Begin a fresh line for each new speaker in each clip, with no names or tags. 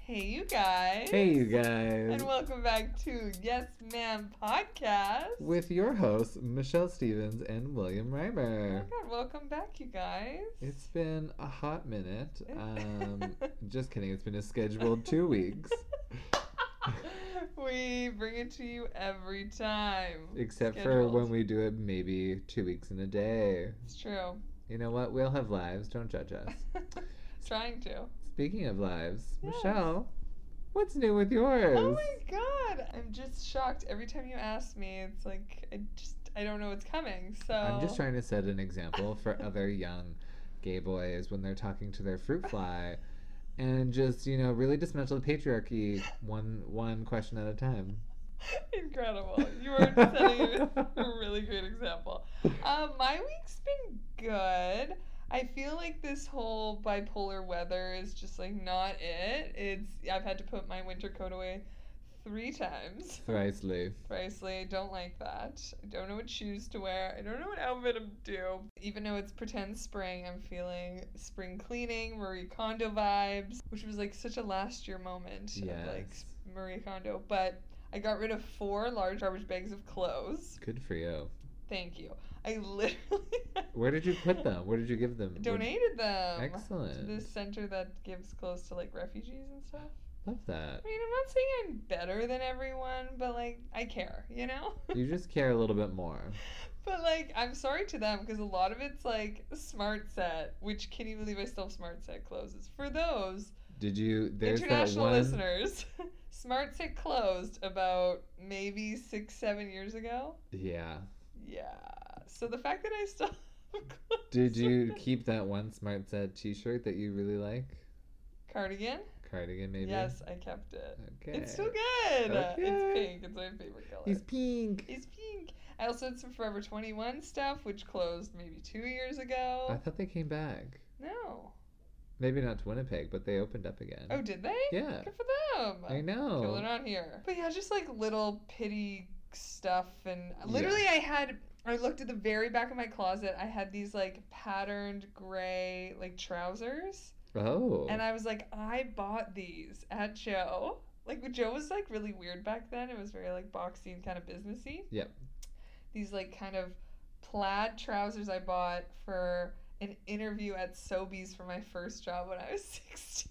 Hey, you guys.
Hey, you guys.
And welcome back to Yes Ma'am Podcast.
With your hosts, Michelle Stevens and William
Oh my
Reimer.
god, welcome back, you guys.
It's been a hot minute. Um, just kidding. It's been a scheduled two weeks,
we bring it to you every time.
except for when
Scheduled.
we do it maybe two weeks in a day.
It's true.
You know what? We all have lives. Don't judge us.
Trying to.
Speaking of lives,
Yes.
Michelle, what's new with yours?
Oh my god. I'm just shocked. Every time you ask me, it's like I just I don't know what's coming. So
I'm just trying to set an example for other young gay boys when they're talking to their fruit fly and just, you know, really dismantle the patriarchy one one question at a time.
Incredible. You are setting a really great example. Uh, my week's been good. I feel like this whole bipolar weather is just like not it. It's I've had to put my winter coat away three times.
Thrice Lou.
Precisely. I don't like that. I don't know what shoes to wear. I don't know what outfit I'm due. Even though it's pretend spring, I'm feeling spring cleaning, Marie Kondo vibes, which was like such a last year moment of like
Yes.
Marie Kondo. But I got rid of four large garbage bags of clothes.
Good for you.
Thank you. I literally
Where did you put them? Where did you give them? Where-
donated them to
Excellent.
this center that gives clothes to like refugees and stuff.
Love that.
I mean, I'm not saying I'm better than everyone, but like I care, you know?
You just care a little bit more.
But like, I'm sorry to them because a lot of it's like smart set, which can you believe I still have smart set closes for those
Did you there's that
international
one
listeners. smart set closed about maybe six, seven years ago.
Yeah.
Yeah. So the fact that I still have clothes
Did you keep that one smart set t shirt that you really like?
cardigan?
Cardigan maybe?
Yes, I kept it.
Okay.
It's still good.
Okay.
It's pink. It's my favorite color.
He's pink.
it's pink. I also had some Forever 21 stuff, which closed maybe two years
I
ago.
thought they came back.
No.
Maybe not to Winnipeg, but they opened up again.
Oh, did they?
yeah.
Good for them.
I
Killing
know.
on here. But yeah, just like little pity stuff and
Yeah.
literally I had I looked at the very back of my closet. I had these like patterned gray like trousers.
Oh.
And I was like, I bought these at Joe. Like Joe was like really weird back then. It was very like boxy and kind of businessy.
Yep.
These like kind of plaid trousers I bought for an interview at Sobeys for my first job when I was 16.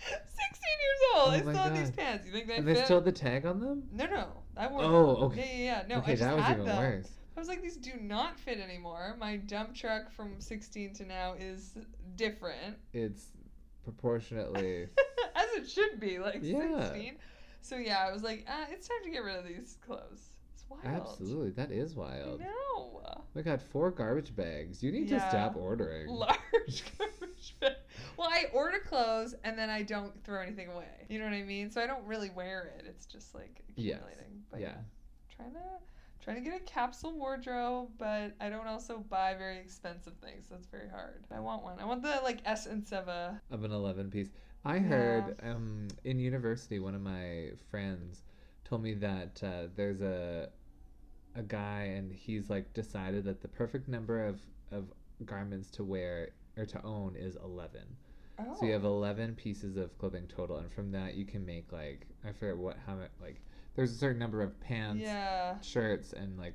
16 years old.
Oh
I
my
still have these
God.
pants. You think they
and
fit?
they still had the tag on them?
No, no. I wore
Oh,
them.
okay.
Yeah, yeah, yeah. No,
okay,
I just
that was
had
even
them.
worse.
I was like, these do not fit anymore. My dump truck from 16 to now is different.
It's proportionately.
as it should be, like
Yeah.
16. So yeah, I was like, uh, it's time to get rid of these clothes. It's wild.
Absolutely. That is
I
wild.
know.
We got four garbage bags. You need to
Yeah.
stop ordering.
Large garbage bag. Well, I order clothes and then I don't throw anything away. You know what I mean? So I don't really wear it. It's just like
Yes.
accumulating. But
yeah.
trying to trying to get a capsule wardrobe, but I don't also buy very expensive things. That's very hard. I want one. I want the like essence of a
Of an 11 piece. I
Yeah.
heard um, in university, one of my friends told me that uh, there's a a guy and he's like decided that the perfect number of, of garments to wear or to own is 11.
oh.
So you have eleven pieces of clothing total, and from that you can make like I forget what how much like there's a certain number of pants,
Oh, yeah.
shirts, and like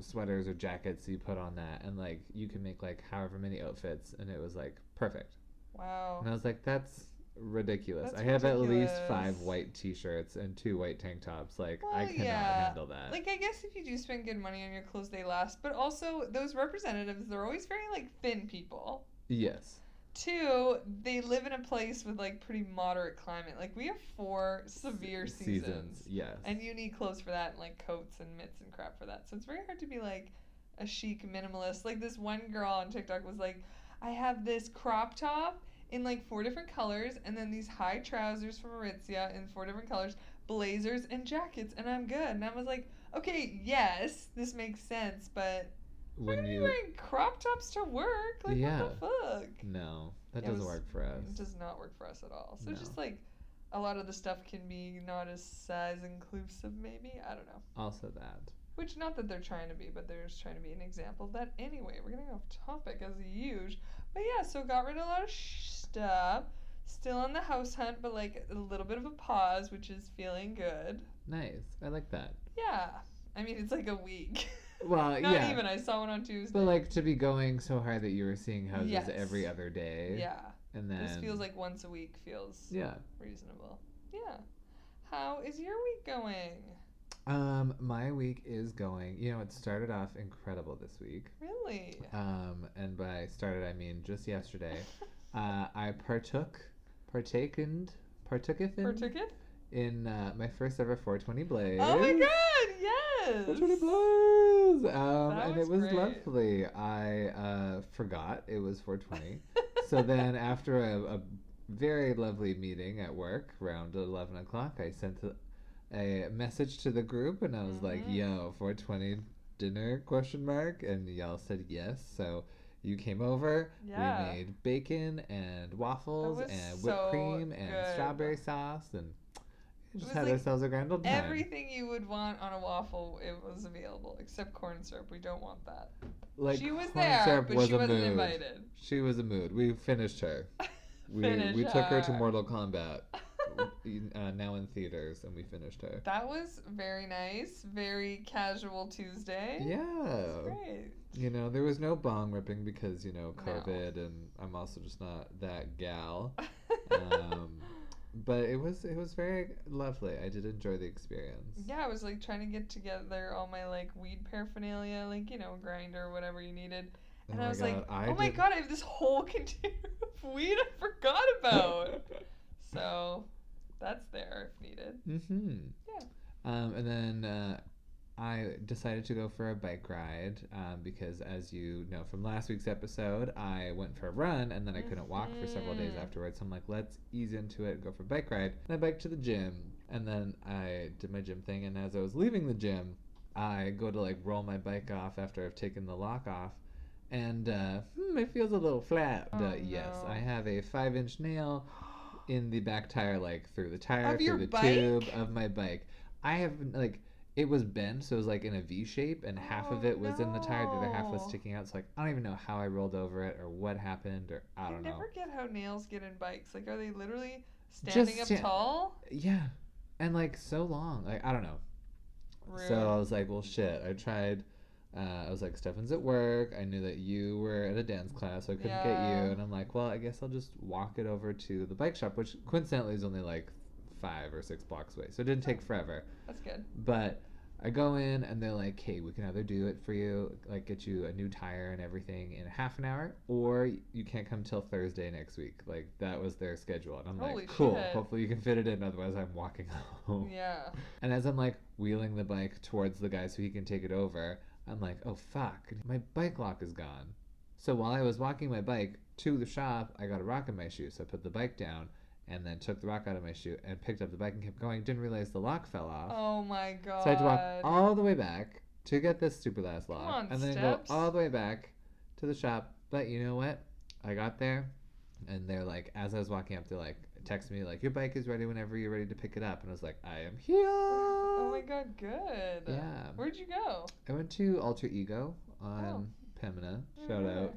sweaters or jackets you put on that, and like you can make like however many outfits, and it was like perfect.
Wow.
And I was like, that's ridiculous.
That's
I have at least five
ridiculous.
white T-shirts and two white tank tops. Like I
Well,
cannot
yeah.
handle that.
Like I guess if you do spend good money on your clothes, they last. But also those representatives, they're always very like thin people.
yes,
Two, they live in a place with like pretty moderate climate. Like we have four severe seasons.
Yes,
And you need clothes for that, and like coats and mitts and crap for that. So it's very hard to be like a chic minimalist. Like this one girl on TikTok was like, I have this crop top in like four different colors, and then these high trousers from Aritzia in four different colors, blazers and jackets, and I'm good. And I was like, okay, yes, this makes sense, but why
when
are you
you
wearing crop tops to work? Like,
Yeah.
what the fuck?
no, that
It
doesn't
was-
work for us.
It does not work for us at all. So
No.
just like a lot of the stuff can be not as size inclusive, maybe. I don't know.
Also that.
Which, not that they're trying to be, but they're just trying to be an example of that. Anyway, we're getting off topic as huge. But yeah, so got rid of a lot of sh- stuff. Still on the house hunt, but like a little bit of a pause, which is feeling good.
Nice. I like that.
Yeah. I mean, it's like a week.
Well,
Not
yeah.
even. I saw one on Tuesday.
But like to be going so hard that you were seeing houses
Yes.
every other day.
yeah.
And then
This feels like once a week feels
Yeah.
reasonable. Yeah. How is your week going?
Um my week is going. You know, it started off incredible this week.
Really?
Um and by started I mean just yesterday. uh I partook partakened partooketh in,
Partook it?
in uh, my first ever 420 blaze.
Oh my god, yes!
420 blaze. Um
That
and
was
it was
great.
lovely. I uh forgot it was 420. so then after a, a very lovely meeting at work around 11 o'clock i sent a, a message to the group and i was like
Mhm.
yo 420 dinner question mark and y'all said yes so you came over
Yeah.
we made bacon and waffles
was
and whipped
so
cream and
good.
strawberry sauce and we just
was
had
like
ourselves a grand old time
Everything you would want on a waffle, it was available, except corn syrup. We don't want that.
like
she was
corn
there,
syrup
but
was
she
a
wasn't
mood.
invited.
she was a mood we finished her we,
Finish
we took her to
her.
mortal kombat in- uh, now in theaters, and we finished her.
that was very nice, very casual Tuesday. That's
Yeah,
great.
you know there was no bong ripping because you know
No.
COVID, and I'm also just not that gal. Um, but it was it was very lovely. I did enjoy the experience.
Yeah, I was like trying to get together all my like weed paraphernalia, like you know, grinder, whatever you needed.
Oh
And
my
I was like,
God, I
oh my
did-
god, I have this whole container of weed I forgot about. so that's there if needed.
Mm-hmm.
Yeah.
Um, and then uh, I decided to go for a bike ride um, because, as you know from last week's episode, I went for a run and then I couldn't walk for several days
Mhm.
afterwards. So I'm like, let's ease into it, go for a bike ride. And I biked to the gym and then I did my gym thing. And as I was leaving the gym, I go to like roll my bike off after I've taken the lock off. And uh, hmm, it feels a little flat.
Oh,
Uh, yes,
no.
I have a five inch nail in the back tire, like through the tire,
Of
through
your
the
bike?
tube of my bike. I have like it was bent, so it was like in a V shape, and half of
Oh,
it was in the tire, the other half was
no.
sticking out. So like I don't even know how I rolled over it or what happened or I don't know.
never get how nails get in bikes. Like, are they literally standing up
stand-
tall?
Yeah, and like so long, like I don't know.
Rude.
So I was like, well, shit. I tried. Uh, I was like, Stefan's at work. I knew that you were at a dance class, so I couldn't get
Yeah.
you. And I'm like, well, I guess I'll just walk it over to the bike shop, which coincidentally is only like five or six blocks away, so it didn't take forever.
That's good.
But I go in and they're like, hey, we can either do it for you, like get you a new tire and everything in half an hour, or you can't come till Thursday next week. Like that was their schedule. And I'm
Holy
like, cool.
shit.
Hopefully you can fit it in. Otherwise, I'm walking home.
Yeah.
And as I'm like wheeling the bike towards the guy so he can take it over, I'm like, oh fuck, my bike lock is gone. So while I was walking my bike to the shop, I got a rock in my shoe. So I put the bike down and then took the rock out of my shoe and picked up the bike and kept going. Didn't realize the lock fell off.
Oh my god.
so I had to walk all the way back to get this stupid ass lock.
on,
and then
steps.
go all the way back to the shop. But you know what? I got there and they're like, as I was walking up, they're like, text me, like, your bike is ready whenever you're ready to pick it up. And I was like, I am here.
oh my god. Good.
Yeah.
Where'd you go?
I went to Alter Ego on
Oh.
Pemina.
Mm-hmm.
Shout out.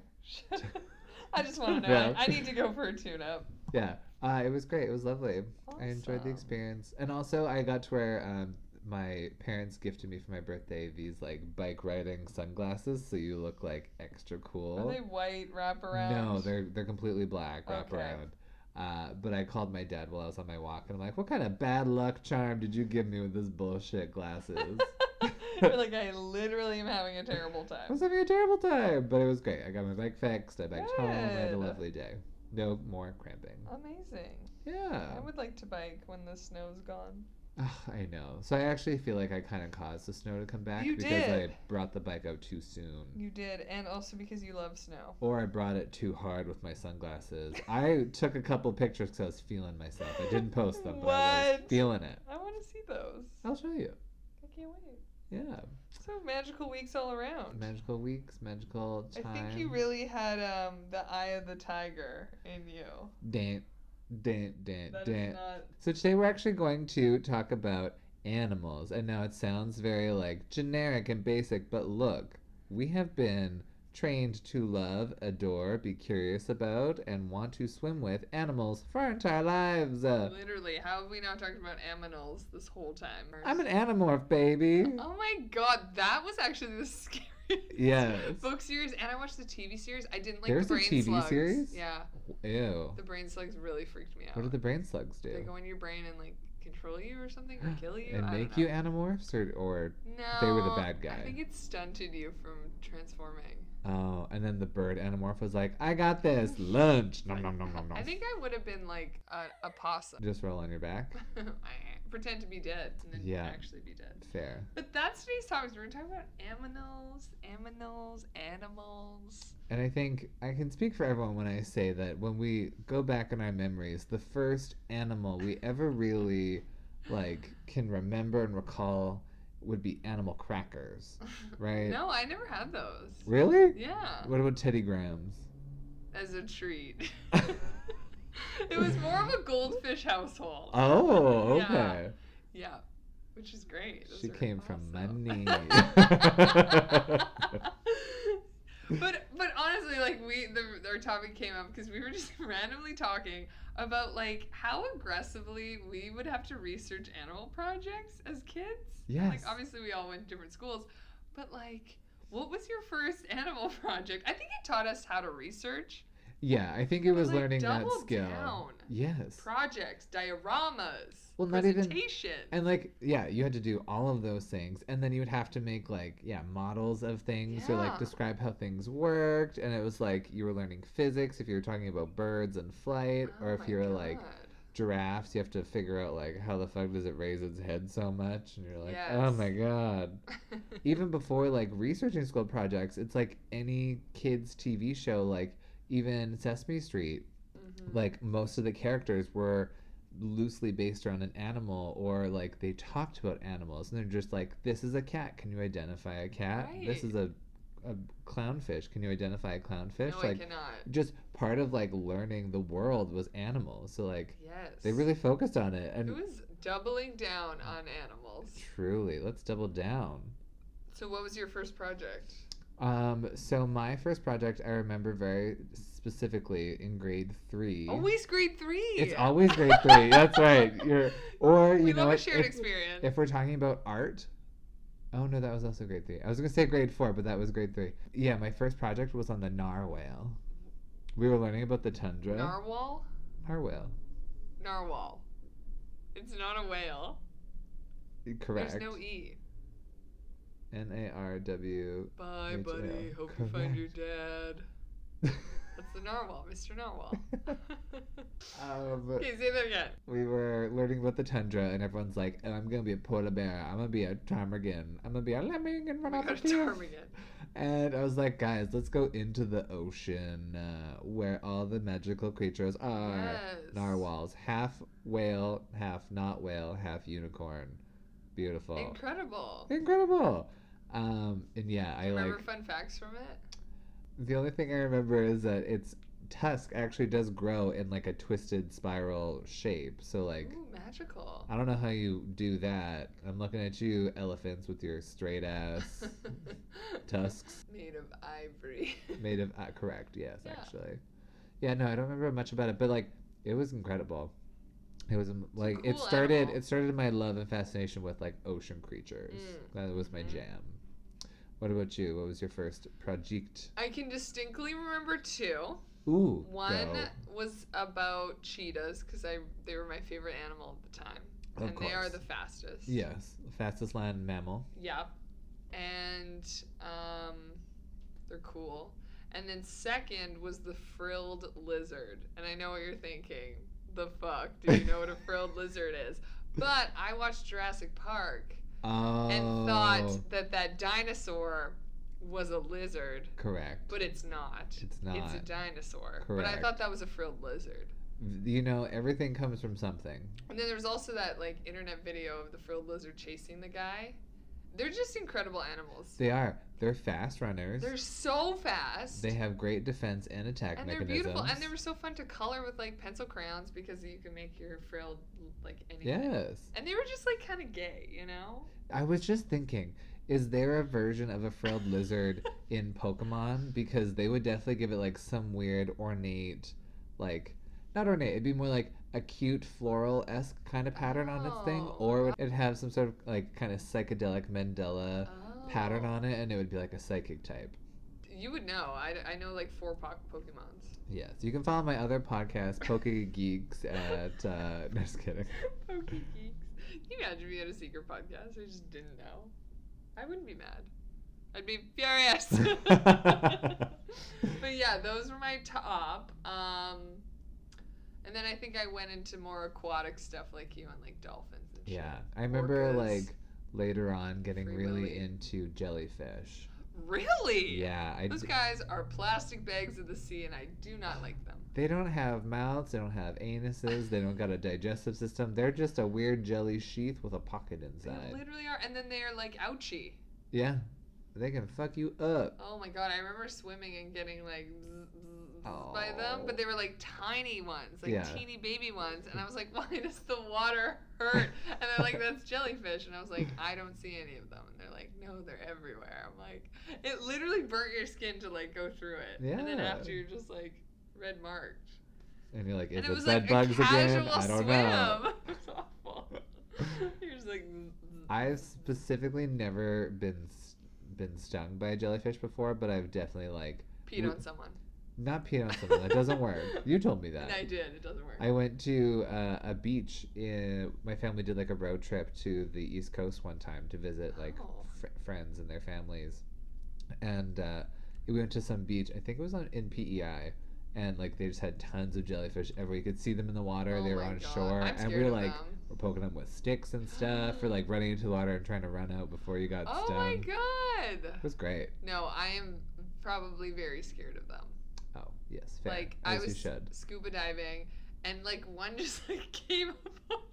out. I just want to know.
Yeah.
I, I need to go for a tune up.
Yeah. Uh, it was great. It was lovely.
Awesome.
I enjoyed the experience. And also, I got to wear um, my parents gifted me for my birthday these like bike riding sunglasses. So you look like extra cool.
Are they white wraparound?
No, they're they're completely black wrap
Okay.
around. Uh, but I called my dad while I was on my walk, and I'm like, "What kind of bad luck charm did you give me with this bullshit glasses?"
You're like, I literally am having a terrible
I
time.
was having a terrible time, but it was great. I got my bike fixed. I biked home. I had a
Good. Oh,
lovely day. No more cramping.
Amazing.
Yeah.
I would like to bike when the snow's gone.
Ugh, I know. So I actually feel like I kind of caused the snow to come back
You
because
did.
I brought the bike out too soon.
You did, and also because you love snow.
Or I brought it too hard with my sunglasses. I took a couple pictures because I was feeling myself. I didn't post them, but I was
What?
feeling it.
I want to see those.
I'll show you.
I can't wait.
Yeah.
So magical weeks all around.
Magical weeks, magical
I
time.
think you really had um, the eye of the tiger in you.
Dant, dant, dant,
That is
dant.
not.
So today we're actually going to talk about animals. And now it sounds very like generic and basic, but look, we have been trained to love, adore, be curious about, and want to swim with animals for our entire lives. Uh,
Literally, how have we not talked about aminals this whole time?
I'm an animorph, baby.
Oh my god, that was actually the scariest
Yes.
book series, and I watched the TV series. I didn't like
There's a
the brain
TV
slugs.
series?
Yeah,
Ew.
the brain slugs really freaked me out.
What do the brain slugs
They
do?
go in your brain and like control you or something, or kill you,
And
I
make
do
you animorphs, or or
No,
they were the bad guy.
I think it stunted you from transforming.
oh, and then the bird animorph was like, I got this lunch. Nom nom nom nom nom.
I think I would have been like a, a possum.
Just roll on your back.
Pretend to be dead and then
Yeah.
actually be dead.
Fair.
But that's today's topics. We're talking about aminals, aminals, animals.
And I think I can speak for everyone when I say that when we go back in our memories, the first animal we ever really like can remember and recall would be animal crackers, right?
No, I never had those.
Really?
Yeah,
What about Teddy Grahams?
as a treat. it was more of a goldfish household.
Oh,
Yeah.
okay.
Yeah, which is great. Those
She
are
came from
awesome.
money.
but but honestly, like we the our topic came up because we were just randomly talking about like how aggressively we would have to research animal projects as kids. And,
Yes.
Like obviously we all went to different schools, but like what was your first animal project? I think it taught us how to research.
yeah, I think it
But,
was
like,
learning that
double
skill.
down.
Yes.
Projects, dioramas,
Well, not even-
presentations.
And like, yeah, you had to do all of those things, and then you would have to make like, yeah, models of things or
Yeah.
like describe how things worked. And it was like you were learning physics if you were talking about birds and flight,
Oh
or if
my
you were like
God.
giraffes, you have to figure out like how the fuck does it raise its head so much, and you're like, oh my god. even before like researching school projects, it's like any kids TV show, like even Sesame Street,
Mhm.
like most of the characters were loosely based around an animal or like they talked about animals and they're just like this is a cat can you identify a cat this is a a clownfish can you identify a clownfish
no, I
like
cannot.
just part of like learning the world was animals so like
Yes.
they really focused on it
It
and
was doubling down on animals.
truly let's double down
So what was your first project?
um so my first project i remember very specifically in grade three
Always grade Oh, three.
it's always grade three that's right you're or you
we
know
love a
what,
shared
if-
experience.
If we're talking about art, oh no, that was also grade three. I was gonna say grade four, but that was grade three. Yeah, my first project was on the narwhal. We were learning about the tundra.
Narwhal?
narwhal.
Narwhal. It's not a whale.
Correct.
There's no E.
N A R W.
Bye,
H-L.
buddy. Hope you find your dad. That's the
Um,
narwhal, Mr. Narwhal. okay, say that again.
Um, we were learning about the tundra, and everyone's like, oh, "I'm gonna be a polar bear. I'm gonna be a ptarmigan. I'm gonna be a lemming and
We
run off
got
the
Oh a
cliff."
term again.
And I was like, guys, let's go into the ocean uh, where all the magical creatures are.
Yes.
Narwhals, half whale, half not whale, half unicorn. Beautiful.
Incredible.
Incredible. Um, and yeah, I
Remember
like
fun facts from it?
the only thing I remember is that its tusk actually does grow in like a twisted spiral shape. So like
Ooh, magical.
I don't know how you do that. I'm looking at you, elephants, with your straight ass tusks.
Made of ivory.
made of uh, correct yes
Yeah.
actually yeah no i don't remember much about it but like it was incredible it was um, like it
cool
started
animal.
it started my love and fascination with like ocean creatures that was my
Mhm.
jam what about you what was your first project
I can distinctly remember two.
ooh
One
go.
was about cheetahs because I they were my favorite animal at the time,
Of
and they are
course.
the fastest.
yes fastest land mammal
Yeah. And um, they're cool. And then second was the frilled lizard, and I know what you're thinking. The fuck? Do you know what a frilled lizard is? But I watched Jurassic Park
oh
and thought that that dinosaur was a lizard,
correct
but it's not.
it's not
It's a dinosaur. But I
Correct.
thought that was a frilled lizard.
you know everything comes from something
And then there's also that like internet video of the frilled lizard chasing the guy. They're just incredible animals.
they are they're fast runners
They're so fast.
they have great defense and attack
and they're
mechanisms
beautiful. And they were so fun to color with like pencil crayons because you can make your frilled like anything.
yes
And they were just like kind of gay, you know?
I was just thinking, Is there a version of a frailed lizard in Pokemon? Because they would definitely give it like some weird ornate, like not ornate. It'd be more like a cute floral esque kind of pattern on its thing,
Oh.
or it'd have some sort of like kind of psychedelic Mandela pattern
Oh.
on it, and it would be like a psychic type.
You would know. I, I know like four po- Pokemons.
Yes, you can follow my other podcast, Poke Geeks, at uh, no, just kidding.
Poke geeks. Can you imagine we had a secret podcast? I just didn't know. I wouldn't be mad. I'd be furious. but yeah, those were my top. Um, and then I think I went into more aquatic stuff like you on like dolphins and shit.
Yeah, I remember
Orcas.
like later on getting
Free
really
Willy.
into jellyfish.
Really?
Yeah, I
Those
d-
guys are plastic bags of the sea, and I do not like them.
they don't have mouths, they don't have anuses, they don't got a digestive system. They're just a weird jelly sheath with a pocket
They
inside.
literally are. And then they are like ouchie.
Yeah, they can fuck you up.
Oh my god, I remember swimming and getting like bzz, bzz, bzz by them,
Oh.
but they were like tiny ones, like
Yeah.
teeny baby ones, and I was like, why does the water hurt? And they're like, that's jellyfish, and I was like, I don't see any of them, and they're like, no, they're everywhere. I'm like, it literally burnt your skin to like go through it, and then
Yeah.
after you're just like red marked,
And you're like, is
and it was
bed
like a
bugs again?
casual
I don't
swim.
know.
it was awful. you're just like, bzz, bzz,
I've
bzz, bzz.
specifically never been s- been stung by a jellyfish before, but I've definitely like
peed on someone,
not peed on someone. That doesn't work. You told me that.
and I did. It doesn't work.
I went to uh, a beach. In, my family did like a road trip to the East Coast one time to visit like
Oh.
fr- friends and their families, and uh, we went to some beach. I think it was on in PEI, and like they just had tons of jellyfish everywhere. You could see them in the water.
Oh
they were
my
on
God,
shore,
I'm
and we
scared
were
of
like
them.
we're poking them with sticks and stuff, or like running into the water and trying to run out before you got
Oh
stung.
my
It
god!
was great.
No, I am probably very scared of them.
Oh yes, fair.
Like
As
I
you
was
should.
scuba diving, and like one just like came up. on me.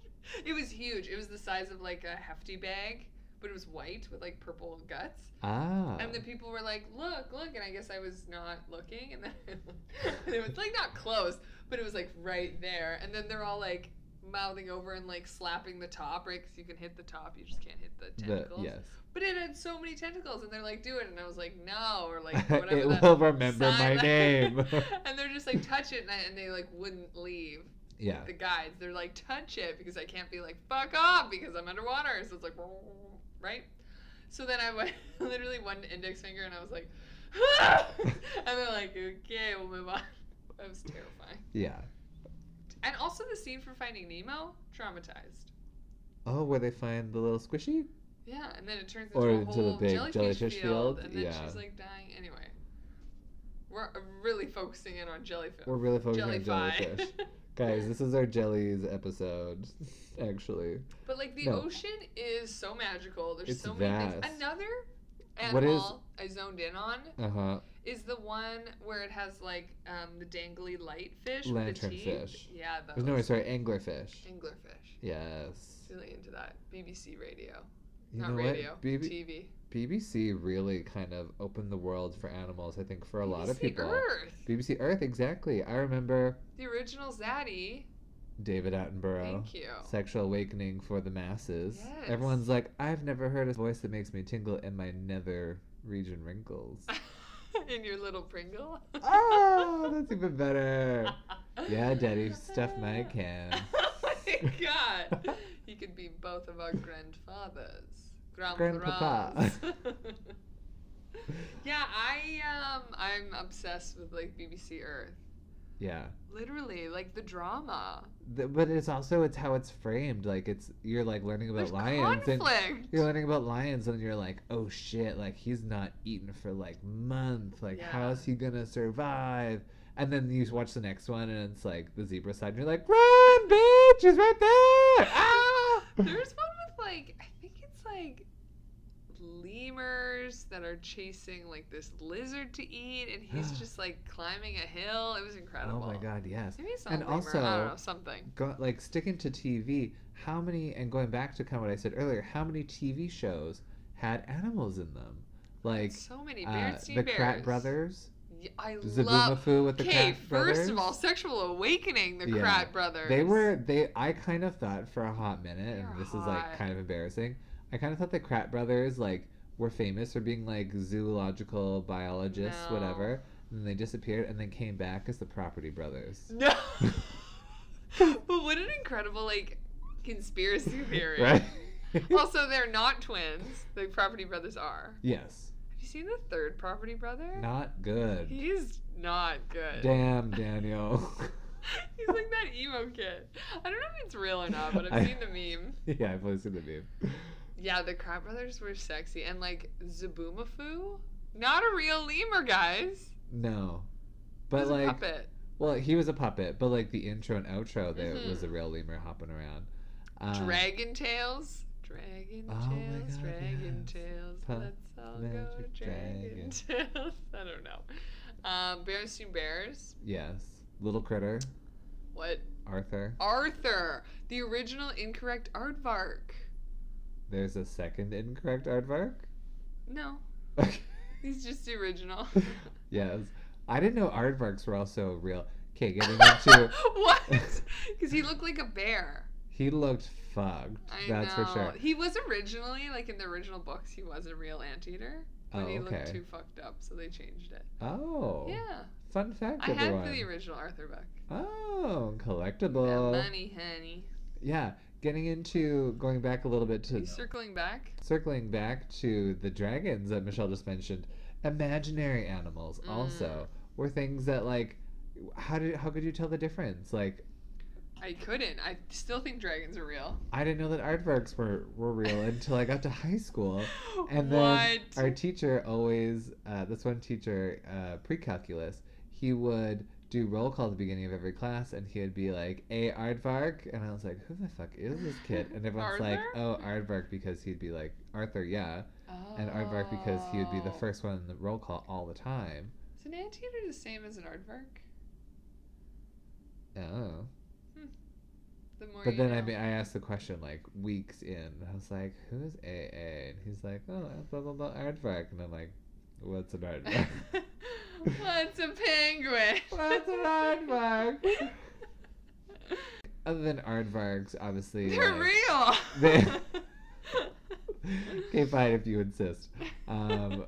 It was huge. It was the size of like a hefty bag, but it was white with like purple guts.
Ah.
And the people were like, "Look, look!" And I guess I was not looking, and then and it was like not close, but it was like right there. And then they're all like mouthing over and like slapping the top, right? Because you can hit the top, you just can't hit the
The,
tentacles.
yes.
But it had so many tentacles, and they're like, do it. And I was like, no, or like, whatever.
it
that
will remember
sign-
my name.
and they're just like, touch it. And, I, and they like wouldn't leave.
yeah.
The guides, they're like, touch it because I can't be like, fuck off because I'm underwater. So it's like, right? So then I went literally one index finger and I was like, and they're like, okay, we'll move on. That was terrifying.
Yeah.
And also the scene from Finding Nemo, traumatized.
Oh, where they find the little squishy?
Yeah, and then it turns into
Or
a
into the
whole
big
jellyfish,
jellyfish
field,
field,
and then
yeah.
she's like dying anyway. We're uh, really focusing in on jellyfish.
We're really focusing on
Jellyfi.
jellyfish. Guys, this is our jellies episode, actually.
but like the
No.
ocean is so magical. There's
It's
so many
vast.
things. Another
What is-
animal I zoned in on
Uh huh.
is the one where it has like um, the dangly light fish
Lantern
with the teeth.
fish.
Yeah, those.
There's Oh, no, sorry, anglerfish.
anglerfish.
Yes.
Really into that BBC radio,
You
not
know
radio,
what? BB-
TV.
BBC really kind of opened the world for animals, I think, for a lot of
BBC
people.
Earth,
BBC Earth, exactly. I remember
the original Zaddy.
David Attenborough.
Thank you.
Sexual awakening for the masses. Everyone's like, I've never heard a voice that makes me tingle and my nether region wrinkles.
In your little Pringle.
oh, that's even better. Yeah, Daddy, stuff my can.
Oh my god. He could be both of our grandfathers.
Grandpapa.
Grandpas. yeah, I um I'm obsessed with like BBC Earth.
Yeah.
Literally, like the drama.
Th- But it's also it's how it's framed. Like it's you're like learning about
There's
lions and
conflict.
you're learning about lions and you're like, oh shit, like he's not eaten for like month. Like how
Yeah.
is he gonna survive? And then you watch the next one and it's like the zebra side and you're like, run, bitch, he's right there. Ah!
There's one with like I think it's like lemurs that are chasing like this lizard to eat, and he's just like climbing a hill. It was
Oh
incredible.
my god, yes.
Maybe it's not
And
a lemur. I
also-
don't know something.
go, like sticking to TV, how many and going back to kind of what I said earlier, how many TV shows had animals in them? Like
so many
uh,
Berenstein
the
Bears.
Krat Brothers,
Y- I love.
Zaboomafoo with the
Okay,
Krat Brothers.
first of all, Sexual Awakening, the
Yeah.
Krat Brothers.
they were they. I kind of thought for a hot
They
minute,
are
and this is like
hot.
kind of embarrassing. I kind of thought the Krat Brothers like were famous for being like zoological biologists,
No.
whatever. And they disappeared and then came back as the Property Brothers.
No. but what an incredible like conspiracy theory.
Right?
Also, they're not twins. The Property Brothers are.
yes.
Have you seen the third Property Brother?
Not good.
He's not good.
Damn, Daniel.
He's like that emo kid. I don't know if it's real or not, but I've
I-
seen the meme.
yeah, I've listened to the meme.
Yeah, the Crab Brothers were sexy. And like Zaboomafoo? Not a real lemur, guys.
No.
He
But
was a
like
puppet.
well, he was a puppet, but like the intro and outro there
Mhm.
was a real lemur hopping around. Um,
Dragon Tails. Dragon
Oh my
Tails.
God,
Dragon
yes.
Tails.
Pa-
Let's all go
magic
Dragon
dragon.
Tails. I don't know. Um, Bears to Bears.
Yes. Little critter,
What?
Arthur.
Arthur. The original incorrect aardvark.
There's a second incorrect aardvark.
No, he's just the original.
yes. I didn't know aardvarks were also real. Okay, getting into
what? Because he looked like a bear.
he looked fucked.
I
that's
know.
for sure.
He was originally like in the original books. He was a real anteater,
Oh,
but he looked
okay.
too fucked up, so they changed it.
Oh.
Yeah,
Fun fact,
I had
everyone.
the original Arthur book.
Oh,
That
collectible.
money, honey.
Yeah, getting into going back a little bit to
He's circling back.
circling back to the dragons that Michelle just mentioned, imaginary animals
Mm.
also were things that like how did how could you tell the difference? Like
I couldn't. I still think dragons are real.
I didn't know that aardvarks were were real until I got to high school. And then
what?
our teacher always uh, this one teacher uh, pre-calculus he would do roll call at the beginning of every class and he'd be like a aardvark and i was like who the fuck is this kid and everyone's like
Arthur?
oh aardvark because he'd be like arthur yeah and aardvark because he would be the
Oh.
first one in the roll call all the time
Is an anteater the same as an aardvark?
oh
The more
but
you
then
know.
i mean i asked the question like weeks in and i was like who is aa and he's like oh blah blah blah aardvark and i'm like what's an aardvark
What's a penguin?
What's an aardvark? Other than aardvarks, obviously.
They're
like-
real.
They- okay, fine if you insist. Um,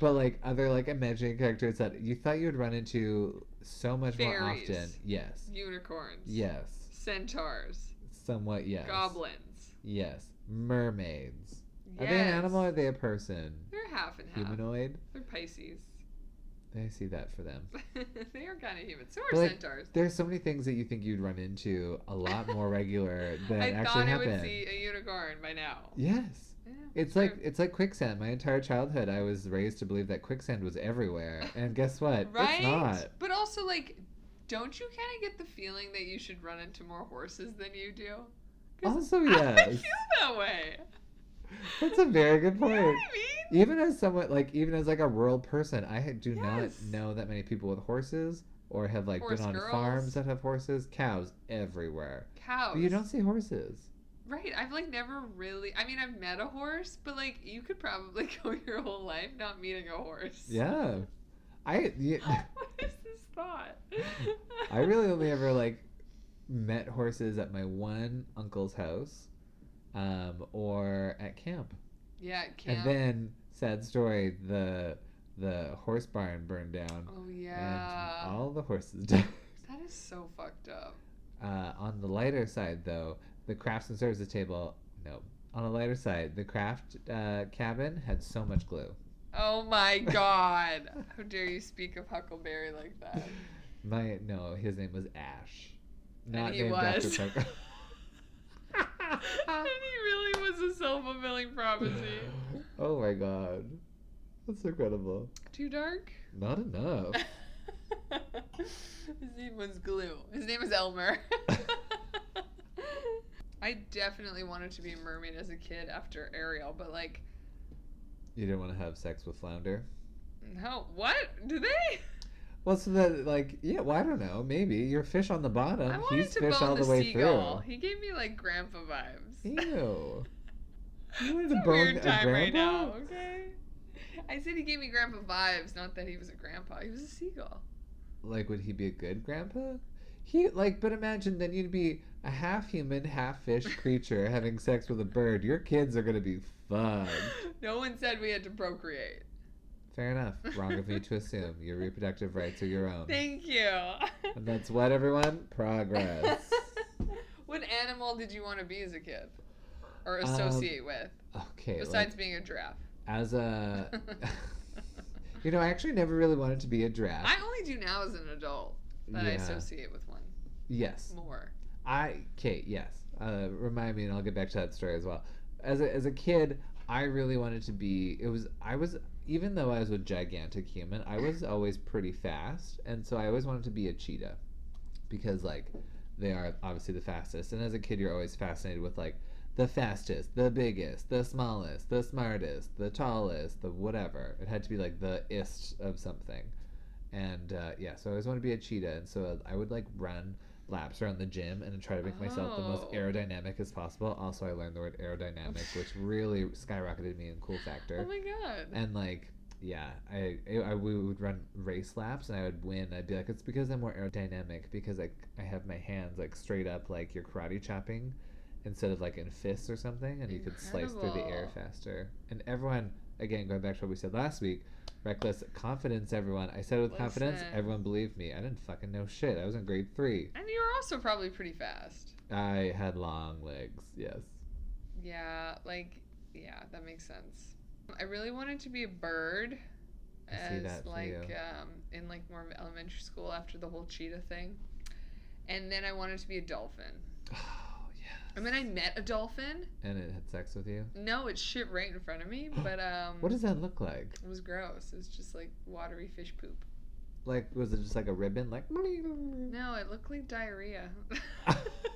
but like other like imaginary characters that you thought you would run into so much more
Fairies.
often. Yes.
Unicorns.
Yes.
Centaurs.
Somewhat yes.
Goblins.
Yes. Mermaids.
Yes.
Are they an animal or are they a person?
They're half and half.
Humanoid?
They're Pisces.
I see that for them.
they are kind of human. So
But,
are
like,
centaurs.
There's so many things that you think you'd run into a lot more regular than
I
actually
thought I
happen.
would see a unicorn by now.
Yes.
Yeah,
It's
true.
like it's like quicksand. My entire childhood, I was raised to believe that quicksand was everywhere, and guess what?
right.
It's not.
But also, like, don't you kind of get the feeling that you should run into more horses than you do? 'Cause
Also,
I
Oh, yes,
feel that way.
that's a very good
You know what
point.
I mean?
Even as someone like even as like a rural person, I do
Yes.
not know that many people with horses or have like
Horse
been on
girls.
farms that have horses. Cows everywhere,
Cows.
but you don't see horses.
Right. I've like never really. I mean, I've met a horse, but like you could probably go your whole life not meeting a horse.
Yeah, I y-
what is this thought?
I really only ever like met horses at my one uncle's house, um, or at camp.
Yeah. It can.
And then, sad story, the the horse barn burned down,
oh yeah.
and all the horses died.
That is so fucked up.
Uh, on the lighter side, though, the crafts and services table. No, on the lighter side, the craft uh, cabin had so much glue.
Oh my god. How dare you speak of Huckleberry like that?
My no, his name was Ash.
And
Not
he
named
was.
after Coco.
and he really was a self fulfilling prophecy.
oh my god, that's incredible.
Too dark?
Not enough.
His name was Glue. His name is Elmer. I definitely wanted to be a mermaid as a kid after Ariel, but like,
You didn't want to have sex with flounder.
no. What? Do they?
Well, so that like yeah, well I don't know. Maybe you're fish on the bottom.
I wanted
He's
to
fish
bone
all
the,
the, way
seagull. He gave me like grandpa vibes.
through. Ew. You wanted
It's
to
a
bone
weird
a
time right
grandpa?
now, okay? I said he gave me grandpa vibes, not that he was a grandpa. He was a seagull.
Like, would he be a good grandpa? He like, but imagine then you'd be a half human, half fish creature having sex with a bird. Your kids are gonna be fuck.
no one said we had to procreate.
Fair enough. Wrong of you to assume your reproductive rights are your own.
Thank you.
And that's what everyone progress.
what animal did you want to be as a kid or
Um,
associate with
Okay.
besides
Besides,
being a giraffe?
as a, you know, I actually never really wanted to be a draft.
I only do now as an adult that I
Yeah.
associate with one
Yes.
more.
I Kate, yes. Uh, remind me, and I'll get back to that story as well. As a, as a kid, I really wanted to be. It was I was even though I was a gigantic human, I was always pretty fast, and so I always wanted to be a cheetah, because like they are obviously the fastest. And as a kid, you're always fascinated with like the fastest, the biggest, the smallest, the smartest, the tallest, the whatever. It had to be like the ist of something. And uh, yeah, so I always wanted to be a cheetah, and so I would like run laps around the gym and try to make myself the most
Oh.
aerodynamic as possible. Also, I learned the word aerodynamic, which really skyrocketed me in cool
Oh
factor.
my god.
And like, yeah, I, I I- we would run race laps and I would win. I'd be like, it's because I'm more aerodynamic because I I have my hands like straight up like you're karate chopping, instead of like in fists or something, and you could slice through the air
Incredible.
faster. And everyone, again, going back to what we said last week. Reckless confidence, everyone. I said it with confidence.
Listen.
Everyone believed me. I didn't fucking know shit. I was in grade three.
And you were also probably pretty fast.
I had long legs. Yes.
Yeah, like yeah, that makes sense. I really wanted to be a bird
I see
as
that for
like
you.
um in like more of elementary school after the whole cheetah thing. And then I wanted to be a dolphin.
Oh yeah.
I mean, I met a dolphin.
And it had sex with you.
No, it shit right in front of me, but um
What does that look like?
it was gross. It was just like watery fish poop.
Like was it just like a ribbon? Like.
No, it looked like diarrhea.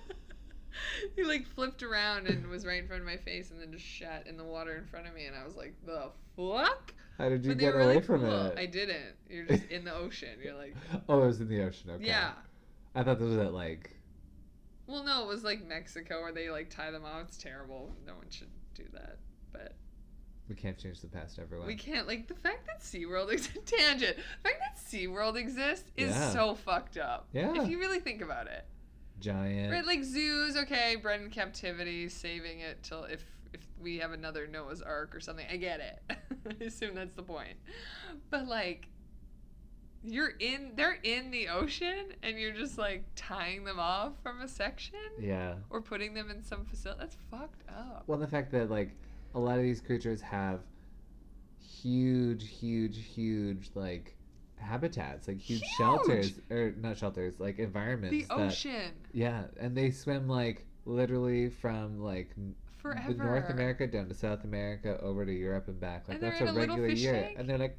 he like flipped around and was right in front of my face and then just shat in the water in front of me and I was like, "The fuck?"
How did you
they
get
were
away
really
from
cool. I
it?
didn't. You're just in the ocean. You're like,
Oh, it was in the ocean. Okay.
yeah.
I thought this was at like.
Well, no, it was like Mexico where they like tie them out. It's terrible. No one should do that. But
We can't change the past, everyone.
we can't like the fact that SeaWorld is a tangent. The fact that SeaWorld exists is
Yeah.
so fucked up.
Yeah.
If you really think about it.
Giant.
Right, like zoos, okay, bred in captivity, saving it till if if we have another Noah's Ark or something. I get it. I assume that's the point. But like you're in they're in the ocean and you're just like tying them off from a section
Yeah.
or putting them in some facility. That's fucked up.
Well, the fact that like a lot of these creatures have huge, huge, huge like habitats, like huge,
Huge!
shelters or not shelters, like environments.
The
that-
ocean
Yeah, and they swim like literally from like n-
forever.
the North America down to South America over to Europe and back. Like
And they're
that's
in
a
a little
regular
fish
year.
tank?
And they're like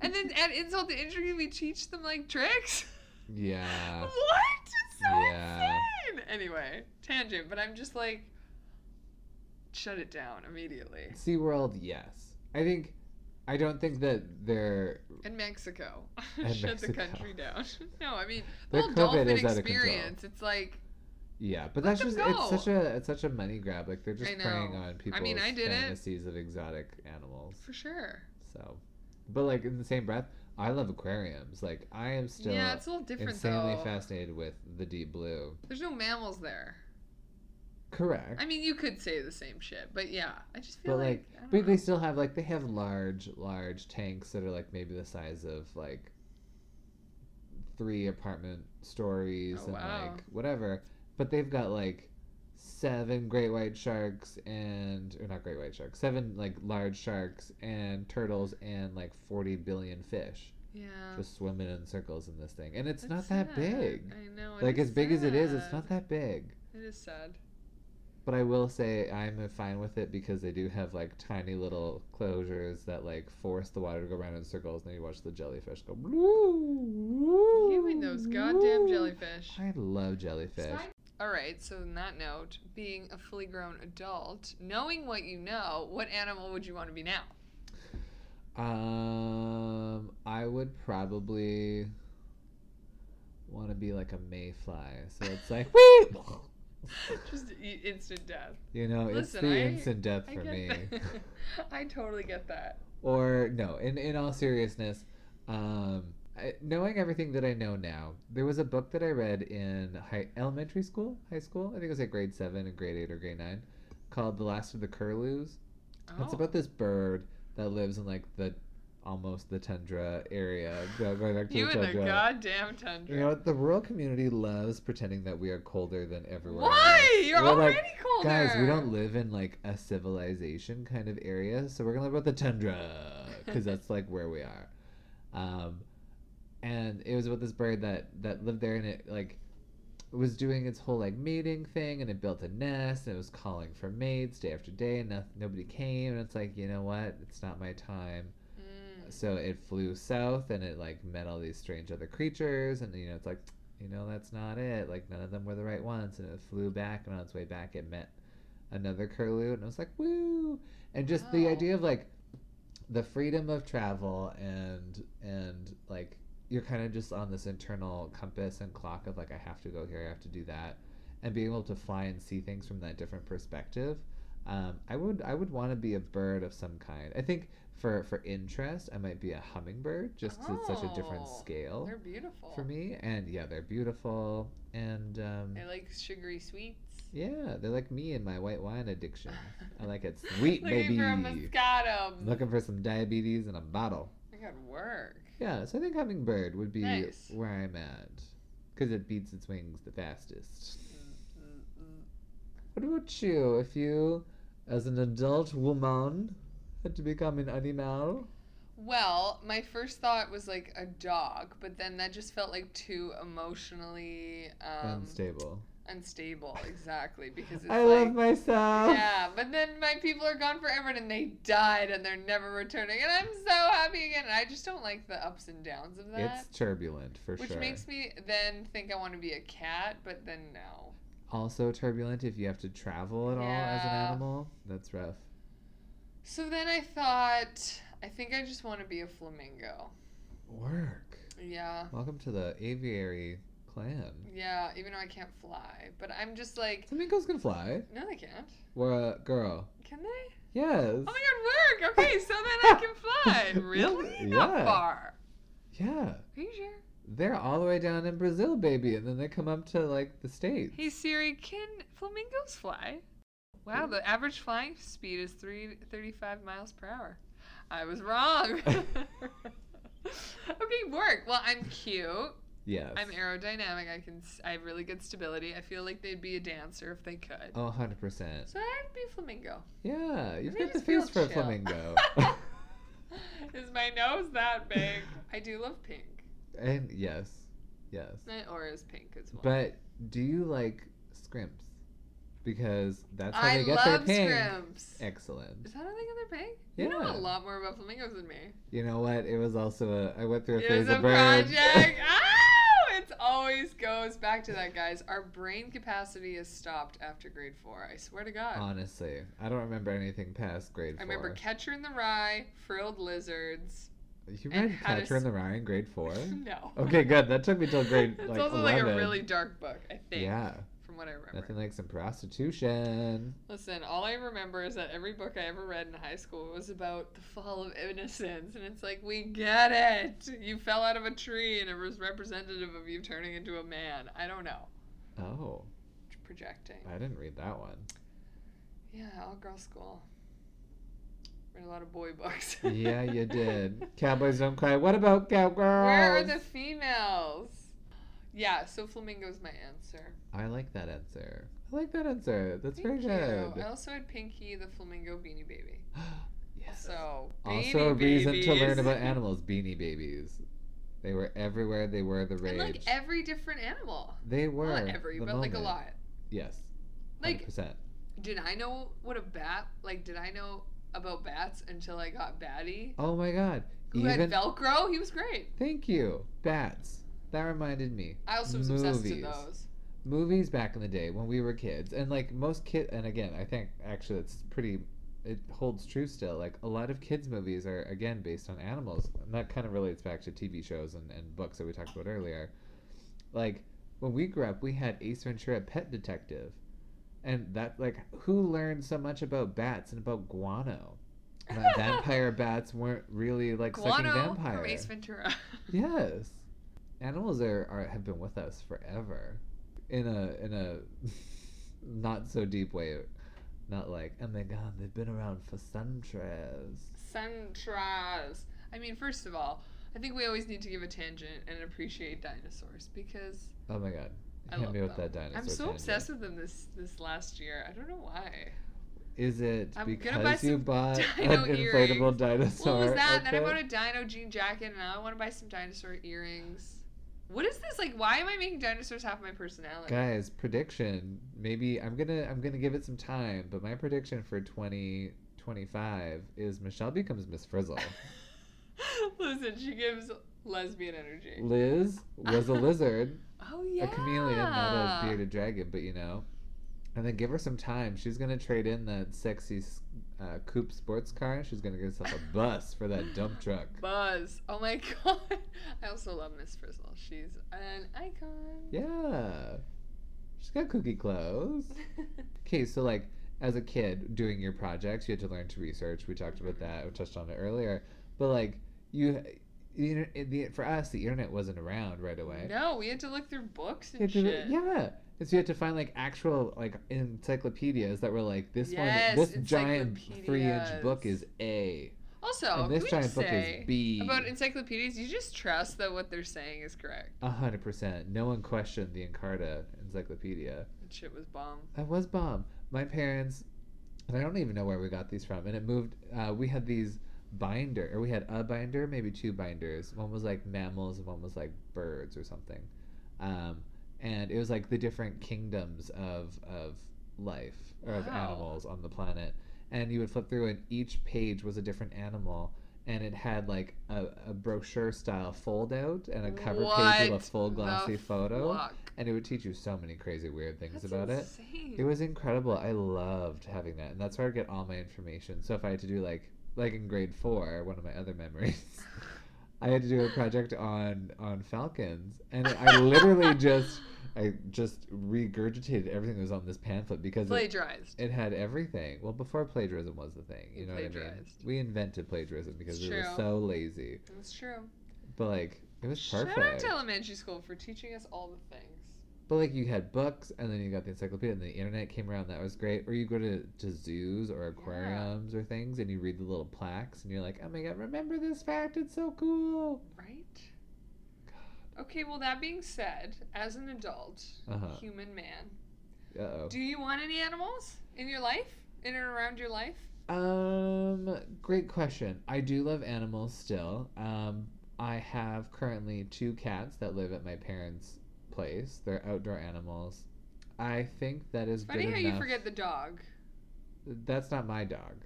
And then add insult to injury, we teach them like tricks.
Yeah.
what? It's so
yeah.
insane. Anyway, tangent, but I'm just like, shut it down immediately.
SeaWorld, yes. I think I don't think that they're
And Mexico,
And
shut the
Mexico.
country down. no, I mean, the
Their
whole
COVID
dolphin
is out of control.
experience. It's like,
yeah, but
Let
that's just
them
it's
go.
such a it's such a money grab. Like they're just
I
preying
know.
on people's
I mean, I did it.
fantasies of exotic animals.
for sure.
So but like in the same breath, I love aquariums. Like I am still
yeah, it's a little different
insanely
though.
fascinated with the deep blue.
There's no mammals there.
Correct.
I mean, you could say the same shit, but yeah, I just feel
But,
like,
like,
I don't
But
know.
they still have like they have large, large tanks that are like maybe the size of like three apartment stories
Oh,
and
wow.
like whatever. But they've got like seven great white sharks and or not great white sharks, seven like large sharks and turtles and like forty billion fish
yeah,
just swimming in circles in this thing. And it's not
That's
that
sad.
big.
I know. it
Like
is
as big as it is, it's
sad.
not that big.
It is sad.
But I will say I'm fine with it because they do have like tiny little closures that like force the water to go around in circles, and then you watch the jellyfish go. You
You and those goddamn jellyfish.
I love jellyfish.
All right, so on that note, being a fully grown adult, knowing what you know, what animal would you want to be now?
Um, I would probably want to be like a mayfly, so it's like, woo!
Just i- instant death.
you know,
Listen,
it's the
I-
instant death
I
for
get
me.
that. I totally get that.
or no in, in all seriousness um I, knowing everything that i know now there was a book that i read in high elementary school high school i think it was like grade 7 and grade 8 or grade 9 called the last of the curlews It's
Oh.
about this bird that lives in like the almost the tundra area. Go- Going back to
Oh, you
the
in the
tundra.
goddamn
You
tundra.
know what? The rural community loves pretending that we are colder than everywhere.
Why?
else.
You're
We're
already
like,
colder.
Guys, we don't live in like a civilization kind of area, so we're gonna live about the tundra because that's like where we are. Um, and it was about this bird that that lived there, and it like was doing its whole like mating thing, and it built a nest, and it was calling for mates day after day, and noth- nobody came, and it's like you know what? It's not my time.
Mm.
So it flew south, and it like met all these strange other creatures, and you know it's like you know that's not it. Like none of them were the right ones, and it flew back, and on its way back it met another curlew, and I was like, woo! And just the
Wow.
idea of like the freedom of travel and and like you're kind of just on this internal compass and clock of like I have to go here, I have to do that, and being able to fly and see things from that different perspective. Um, I would I would want to be a bird of some kind. I think for for interest, I might be a hummingbird just 'cause it's such a different
Oh,
scale
They're beautiful.
for me. And yeah, they're beautiful and um,
I like sugary sweets.
yeah, they're like me and my white wine addiction. I like it sweet,
Looking
baby.
for a Moscato.
Looking for some diabetes in a bottle.
I got work.
Yeah, so I think hummingbird would be
Nice.
where I'm at. Because it beats its wings the fastest.
Mm,
What about you? If you, as an adult woman, had to become an animal?
Well, my first thought was like a dog, but then that just felt like too emotionally um,
Unstable.
unstable. Exactly because it's
I
like
love myself!
yeah, but then my people are gone forever and they died and they're never returning and I'm so happy again. And I just don't like the ups and downs of that,
It's turbulent, for
which
sure.
makes me then think I want to be a cat, but then no.
Also turbulent if you have to travel at all as an
Yeah.
animal. That's rough.
So then I thought I think I just want to be a flamingo.
Work.
Yeah.
Welcome to the aviary clan.
Yeah, even though I can't fly, but I'm just like,
Flamingos can fly.
no, they can't.
Well, girl.
Can they?
Yes.
Oh my God, work. Okay, so then I can fly. Really? Not
Yeah.
far.
Yeah.
Are you sure?
They're all the way down in Brazil, baby, and then they come up to like the states.
Hey Siri, can flamingos fly? Wow, the average flying speed is three thirty-five miles per hour. I was wrong. okay, work. Well, I'm cute.
Yes.
I'm aerodynamic. I can. s- I have really good stability. I feel like they'd be a dancer if they could.
Oh, 100%.
So I'd be a flamingo.
Yeah, you've
They
got the
just feel
face for a
chill.
flamingo.
Is my nose that big? I do love pink.
and yes, yes.
My aura is pink as well.
But do you like scrimps? Because that's how
I
they get their
love
pink.
scrimps.
Excellent.
Is that how they get their pink? You know a
Yeah.
lot more about flamingos than me.
You know what? It was also a. I went through a
It
phase
was a
of birds.
project. oh, it always goes back to that, guys. Our brain capacity is stopped after grade four. I swear to God.
Honestly, I don't remember anything past grade
I
four.
remember Catcher in the Rye, Frilled Lizards.
You
and
read
how to
Catcher in
s-
the Rye in grade four?
no.
Okay, good. That took me till grade
It's
like
also
11.
like a really dark book, I think.
yeah,
From what I remember.
nothing like some prostitution.
Listen, all I remember is that every book I ever read in high school was about the fall of innocence, and it's like, we get it. You fell out of a tree, and it was representative of you turning into a man. I don't know.
Oh,
Projecting.
I didn't read that one.
Yeah, all girl school. Read a lot of boy books.
Yeah, you did. Cowboys don't cry. What about cowgirls?
Where are the females? Yeah, so flamingo's my answer.
I like that answer. I like that answer. That's
Thank you.
very
I
good.
also had Pinky the flamingo beanie baby.
yes.
So baby
also a reason to
babies.
learn about animals. Beanie babies. They were everywhere. They were the rage.
And like every different animal.
they were.
Not every,
the
but like a
moment.
lot.
Yes.
Like,
100%.
did I know what a bat? Like, did I know about bats until I got Batty,
Oh my god.
who had Velcro? He was great.
Thank you. Bats. That reminded me.
I also was obsessed with
Movies.
those.
Movies back in the day when we were kids, and like most kid, and again, I think actually that's pretty. It holds true still. Like a lot of kids' movies are again based on animals, and that kind of relates back to TV shows and, and books that we talked about earlier. Like when we grew up, we had Ace Ventura: Pet Detective, and that like who learned so much about bats and about guano. And that vampire bats weren't really like sucking
Guano
vampire.
from Ace Ventura.
Yes. Animals are, are have been with us forever. In a in a not so deep way. Not like, oh my god, they've been around for centuries.
Centras. I mean, first of all, I think we always need to give a tangent and appreciate dinosaurs because
Oh my god.
I
Hit
love
me with
them.
that dinosaur.
I'm so
tangent.
obsessed with them this this last year. I don't know why.
Is it
I'm gonna
because
buy
you
some
bought an
dino
inflatable dinosaur?
what was that? Then I bought
outfit?
a dino jean jacket, and now I want to buy some dinosaur earrings. What is this like? Why am I making dinosaurs half my personality?
Guys, prediction. Maybe I'm gonna I'm gonna give it some time, but my prediction for 2025 is Michelle becomes Miss Frizzle.
Listen, she gives lesbian energy.
Liz was a lizard,
Oh yeah,
a chameleon, not a bearded dragon, but you know. And then give her some time. She's gonna trade in that sexy s- uh, coupe sports car. She's gonna get herself a bus for that dump truck.
Buzz. Oh my god. I also love Miss Frizzle. She's an icon.
Yeah, she's got cookie clothes. Okay, so like as a kid doing your projects, you had to learn to research. We talked about that. We touched on it earlier. But like you, you know, it- the, for us, the internet wasn't around right away.
No, we had to look through books
You
and
had to-
shit.
yeah. And so you had to find like actual like encyclopedias that were like this
Yes,
one, this giant
encyclopedias.
three-inch book is A,
Also,
and
can
this
we
giant
just
book
say
is B.
about encyclopedias? You just trust that what they're saying is correct.
A hundred percent. No one questioned the Encarta encyclopedia.
That shit was bomb.
I was bomb. My parents, and I don't even know where we got these from. And it moved. Uh, we had these binder, or we had a binder, maybe two binders. One was like mammals, and one was like birds or something. Um, and it was like the different kingdoms of of life or of
Wow.
animals on the planet. And you would flip through, and each page was a different animal. And it had like a, a brochure style fold out and a cover page
What
with a full
the
glossy photo.
Fuck.
And it would teach you so many crazy weird things
That's
about it.
insane.
It was incredible. I loved having that, and that's where I get all my information. So if I had to do like like in grade four, one of my other memories, I had to do a project on on falcons, and I literally just I just regurgitated everything that was on this pamphlet because it,
plagiarized.
it had everything. Well, before plagiarism was the thing,
You
you know what I mean?
plagiarized.
We invented plagiarism because
It's
we were
true.
so lazy,
That's true.
but like it was
Shout out
perfect.
to elementary school for teaching us all the things.
But like you had books, and then you got the encyclopedia, and the internet came around. That was great. Or you go to, to zoos or aquariums or things, and you read the little plaques, and you're like, "Oh my god, remember this fact? It's so cool."
Right? Okay, well, that being said, as an adult,
Uh-huh.
human man,
Uh oh.
do you want any animals in your life? In and around your life?
Um, great question. I do love animals still. Um, I have currently two cats that live at my parents' place. They're outdoor animals. I think that is
Funny
good
how
enough.
you forget the dog.
That's not my dog.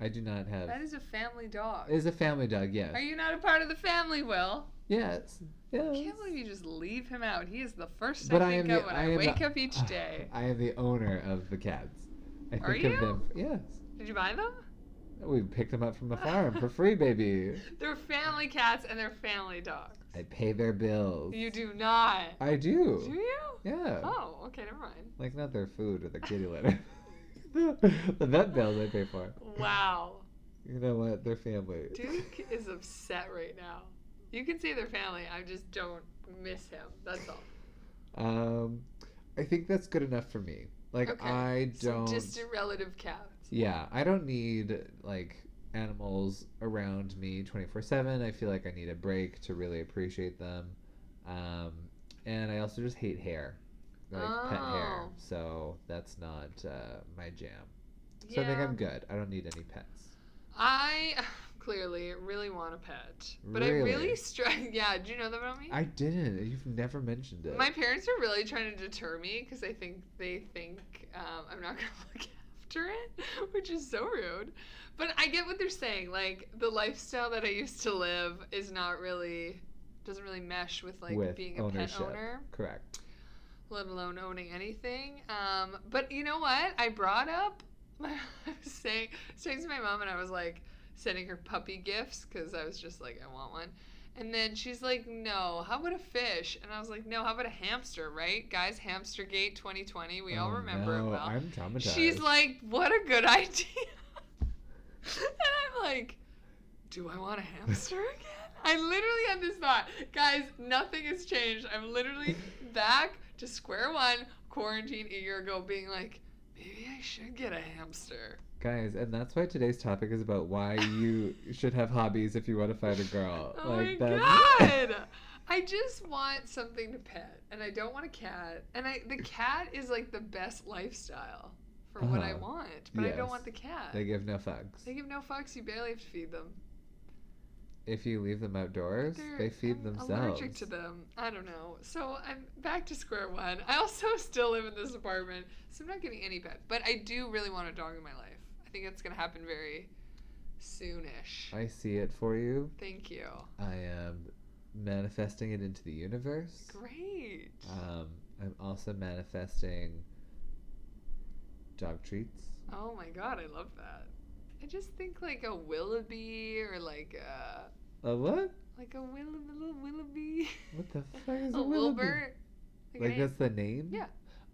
I do not have.
That is a family dog.
It is a family dog. Yes.
Are you not a part of the family, Will?
Yes. Yes.
I can't believe you just leave him out. He is the first
But I
I think
am the-
of when
I
I,
am the-
wake up each day.
I am the owner of the cats. I
Are
think
you?
of them. Yes.
Did you buy them?
We picked them up from a farm for free, baby.
They're family cats and they're family dogs.
I pay their bills.
You do not.
I
Do
do.
you?
Yeah.
Oh, okay, never mind.
Like not their food or their kitty litter. the vet bills I pay for.
Wow.
You know what? They're family.
Duke is upset right now. You can see their family. I just don't miss him. That's all.
Um, I think that's good enough for me. Like
Okay.
I
Some
don't.
distant relative cats.
Yeah, I don't need like animals around me 24/7. I feel like I need a break to really appreciate them. Um and I also just hate hair. Like pet hair.
Oh.
So that's not uh, my jam. So I think I'm good. I don't need any pets.
I clearly really want a pet, but I
Really?
really struggle. Yeah, do you know that about me?
I didn't. You've never mentioned it.
My parents are really trying to deter me because I think they think um, I'm not gonna look after it, which is so rude. But I get what they're saying. Like the lifestyle that I used to live is not really doesn't really mesh with like
With
being a
ownership.
pet owner.
Correct.
let alone owning anything. Um, but you know what? I brought up. I was saying, I was texting my mom, and I was like sending her puppy gifts because I was just like, I want one. And then she's like, No, how about a fish? And I was like, No, how about a hamster? Right, guys, Hamstergate 2020. We all
Oh,
remember
no,
it well.
I'm traumatized.
She's like, What a good idea. and I'm like, Do I want a hamster again? I literally had this thought. Guys, nothing has changed. I'm literally back to square one, quarantine a year ago, being like, Maybe I should get a hamster.
Guys, and that's why today's topic is about why you should have hobbies if you want to find a girl.
Oh my
that's-
god! I just want something to pet, and I don't want a cat. And I the cat is like the best lifestyle for what I
Uh-huh.
want, but I don't
Yes.
want the cat.
they give no fucks.
They give no fucks. You barely have to feed them.
If you leave them outdoors,
They're-
they feed
I'm
themselves.
Allergic to them. I don't know. So I'm back to square one. I also still live in this apartment, so I'm not getting any pet. But I do really want a dog in my life. I think that's gonna happen very soonish.
I see it for you.
Thank you.
I am manifesting it into the universe.
Great.
Um, I'm also manifesting dog treats.
Oh my god, I love that. I just think like a Willoughby or like a
A what?
like a Willow little Willoughby.
What the fuck is
a
a Willoughby?
Wilbur. Like,
Like
a, name-
that's the name?
Yeah.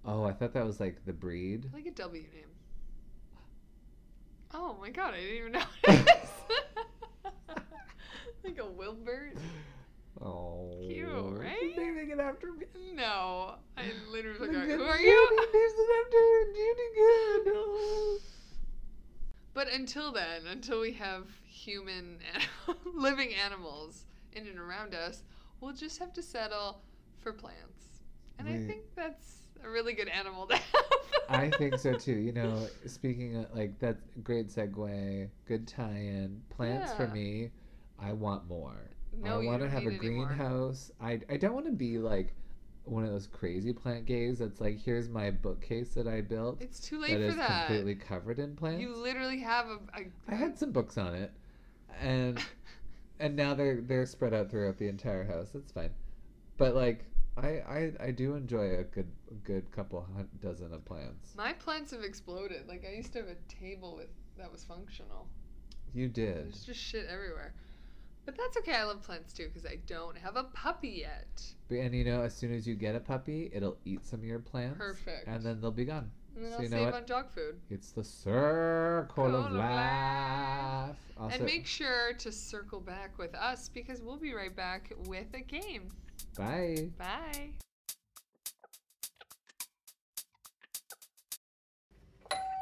Oh, I thought that was like the breed.
like a W name. Oh my god, I didn't even notice. like a Wilbert.
Oh.
Cute,
she's
right?
Naming it after me.
No, I literally was
Look
like,
at
who are
Judy,
you?
names it after her, Judy Good. Oh.
But until then, until we have human animal, living animals in and around us, we'll just have to settle for plants. And I
Wait.
think that's a really good animal to have.
I think so too. You know, speaking of, like that's a great segue, good tie-in. Plants for
Yeah.
me, I want more.
No,
I
you
want to
don't
have a
need any more.
greenhouse. I I don't want to be like one of those crazy plant gays that's like, here's my bookcase that I built
It's too
that
late
is
for that.
completely covered in plants.
You literally have a. a
I had some books on it, and and now they're they're spread out throughout the entire house. That's fine, but like I I, I do enjoy a good a good couple hun- dozen of plants.
My plants have exploded. Like I used to have a table with that was functional.
You did.
There's just shit everywhere. But that's okay. I love plants too because I don't have a puppy yet.
But- And you know, as soon as you get a puppy, it'll eat some of your plants.
Perfect.
And then they'll be gone.
And then
So
I'll
you know
save
what?
on dog food.
It's the circle
Circle
of
of
life. Also,
and make sure to circle back with us because we'll be right back with a game.
bye.
Bye.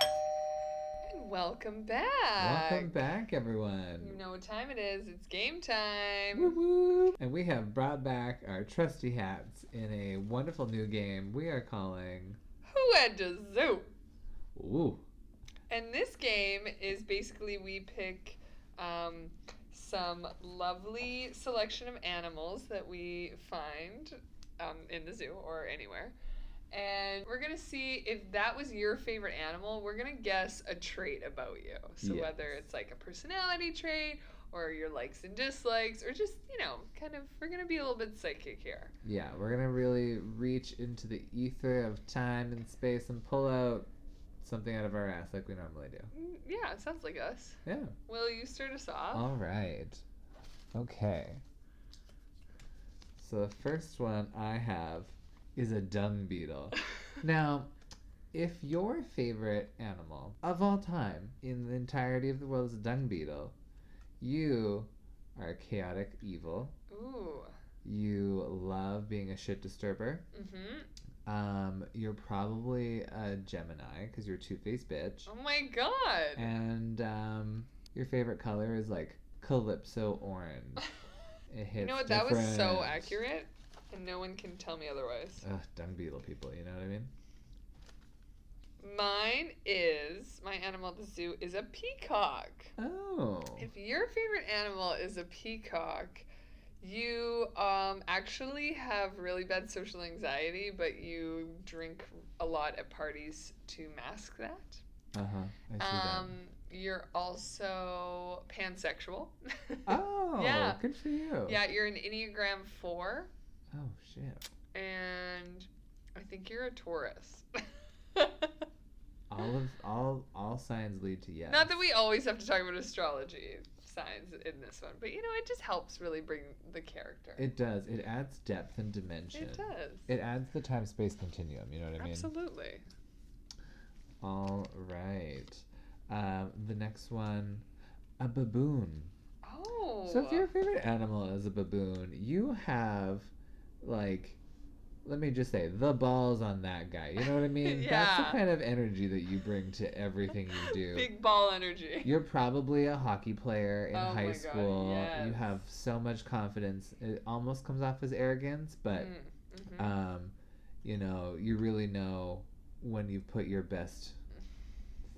And welcome back.
Welcome back,
You
everyone.
know what time it is. It's game time.
Woo woo. And we have brought back our trusty hats in a wonderful new game we are calling.
Who had to zoo?
Ooh.
And this game is basically we pick um, some lovely selection of animals that we find um, in the zoo or anywhere. And we're gonna see if that was your favorite animal. We're gonna guess a trait about you. So whether
Yes.
it's like a personality trait or your likes and dislikes, or just you know, kind of, we're gonna be a little bit psychic here.
Yeah, we're gonna really reach into the ether of time and space and pull out something out of our ass like we normally do.
Mm, Yeah, it sounds like us.
Yeah.
Will you start us off?
All right. Okay. So the first one I have is a dung beetle. Now, if your favorite animal of all time in the entirety of the world is a dung beetle, you are chaotic evil.
Ooh.
You love being a shit disturber.
Mm-hmm.
Um, you're probably a Gemini because you're a two faced bitch.
Oh my god.
And um, your favorite color is like calypso orange. It hits
you know what? That was so
different.
accurate, and no one can tell me otherwise.
Ugh, dung beetle people, you know what I mean?
Mine is my animal at the zoo is a peacock.
Oh.
If your favorite animal is a peacock, you um actually have really bad social anxiety, but you drink a lot at parties to mask that.
Uh huh. I see
Um, you're also pansexual.
that. Oh,
yeah.
good for you.
yeah, you're an Enneagram 4.
Oh, shit.
and I think you're a Taurus.
All of all all signs lead to yes.
Not that we always have to talk about astrology signs in this one, but you know, it just helps really bring the character.
It does. It adds depth and dimension.
It does.
It adds the time space continuum, you know what I mean?
Absolutely.
All right. Um, the next one, a baboon.
Oh.
So if your favorite animal is a baboon, you have like let me just say the balls on that guy. You know what I mean? That's
Yeah.
the kind of energy that you bring to everything you do.
Big ball energy.
You're probably a hockey player in
Oh my
high
God,
school. You
yes.
have so much confidence. It almost comes off as arrogance, but
Mm, mhm.
um, you know, you really know when you've put your best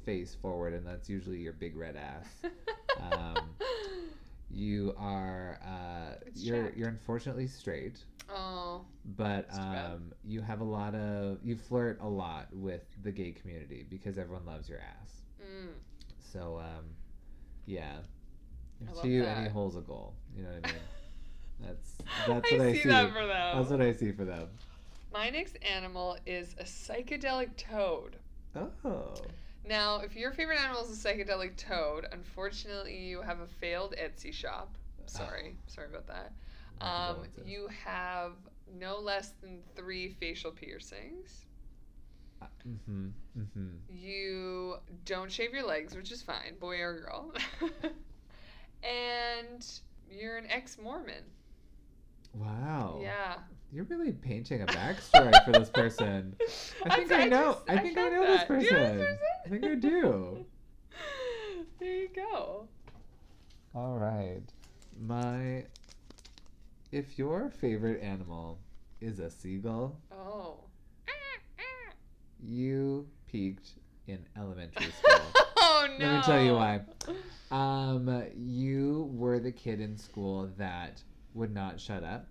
face forward, and that's usually your big red ass. um, you are uh,
It's
you're
jacked.
you're unfortunately straight,
oh,
but
It's too bad.
um, you have a lot of you flirt a lot with the gay community because everyone loves your ass.
mm.
So um, yeah,
I love
to you, any
that.
hole's a goal. You know what I mean? That's
I
that's what I
see
see.
that for them.
That's what I see for them.
My next animal is a psychedelic toad.
Oh,
Now, if your favorite animal is a psychedelic toad, unfortunately, you have a failed Etsy shop. Sorry, sorry about that.
My
Um,
condolences.
you have no less than three facial piercings.
Uh, mhm, mhm.
You don't shave your legs, which is fine, boy or girl. and you're an ex Mormon.
Wow.
Yeah.
You're really painting a backstory Oh. for this person. I think I know- I think I
felt
know this
that. Do you know this
person. I think I
person?
do.
there you go.
All right. My. If your favorite animal is a seagull,
Oh.
you peaked in elementary school.
oh no.
Let me tell you why. Um, you were the kid in school that would not shut up.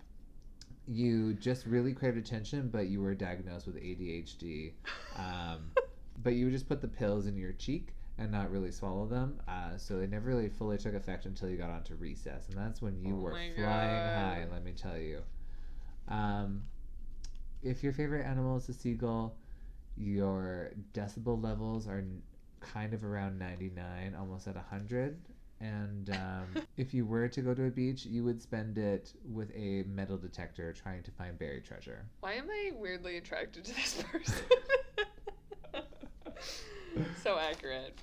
You just really craved attention, but you were diagnosed with ADHD. Um, but you would just put the pills in your cheek and not really swallow them. Uh, so they never really fully took effect until you got onto recess, and that's when you
Oh
were
my
flying high.
God.
Let me tell you. Um, if your favorite animal is a seagull, your decibel levels are n- kind of around 99, almost at 100. And um, if you were to go to a beach, you would spend it with a metal detector trying to find buried treasure.
Why am I weirdly attracted to this person? so accurate.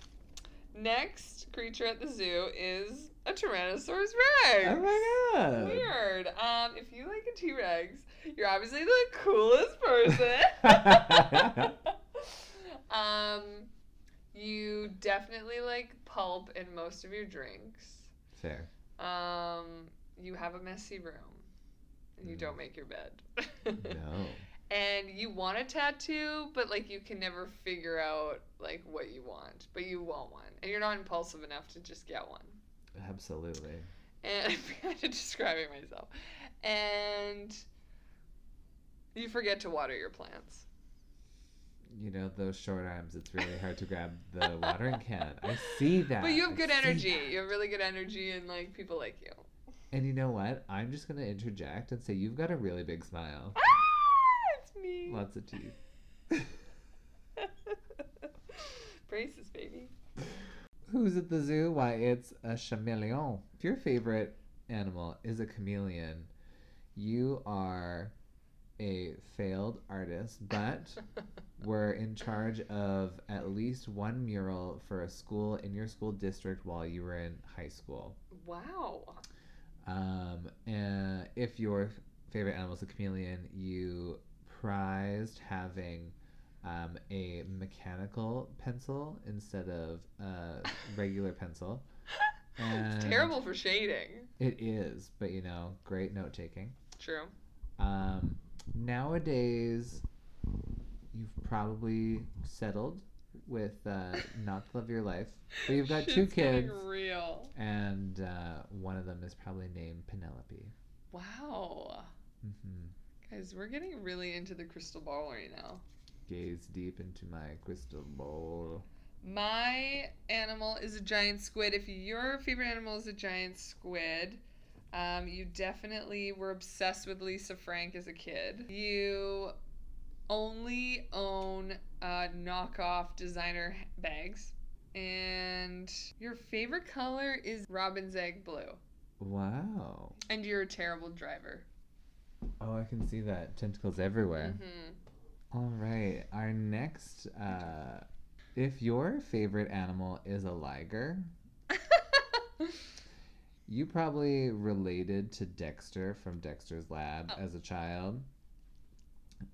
Next creature at the zoo is a Tyrannosaurus Rex.
Oh my god!
Weird. Um, if you like a T Rex, you're obviously the coolest person. um, you definitely like pulp in most of your drinks.
Fair.
Um, you have a messy room. And you
Mm.
don't make your bed.
No.
And you want a tattoo, but like you can never figure out like what you want, but you want one, and you're not impulsive enough to just get one
Absolutely.
and I'm kind of describing myself. And you forget to water your plants.
You know, those short arms, it's really hard to grab the watering can. I see that.
but you
I
have good
see
energy.
that.
You have really good energy, and like people like you.
And you know what? I'm just going to interject and say you've got a really big smile.
Ah, it's me.
Lots of teeth.
Braces, baby.
Who's at the zoo? Why, it's a chameleon. If your favorite animal is a chameleon, you are a failed artist, but were in charge of at least one mural for a school in your school district while you were in high school.
wow.
Um, and if your favorite animal is a chameleon, you prized having um, a mechanical pencil instead of a regular pencil. And
It's terrible for shading.
It is, but you know, great note taking.
True.
Um, nowadays, you've probably settled with uh, not the love of your life, but you've got two
Shit's getting
kids,
Real.
and uh, one of them is probably named Penelope.
Wow.
hmm
Guys, we're getting really into the crystal ball right now.
Gaze deep into my crystal bowl.
My animal is a giant squid. If your favorite animal is a giant squid, um, you definitely were obsessed with Lisa Frank as a kid. You only own uh, knockoff designer h- bags. And your favorite color is robin's egg blue.
Wow.
And you're a terrible driver.
Oh, I can see that. Tentacles everywhere.
hmm
All right. Our next. Uh, if your favorite animal is a liger, you probably related to Dexter from Dexter's Lab
Oh.
as a child.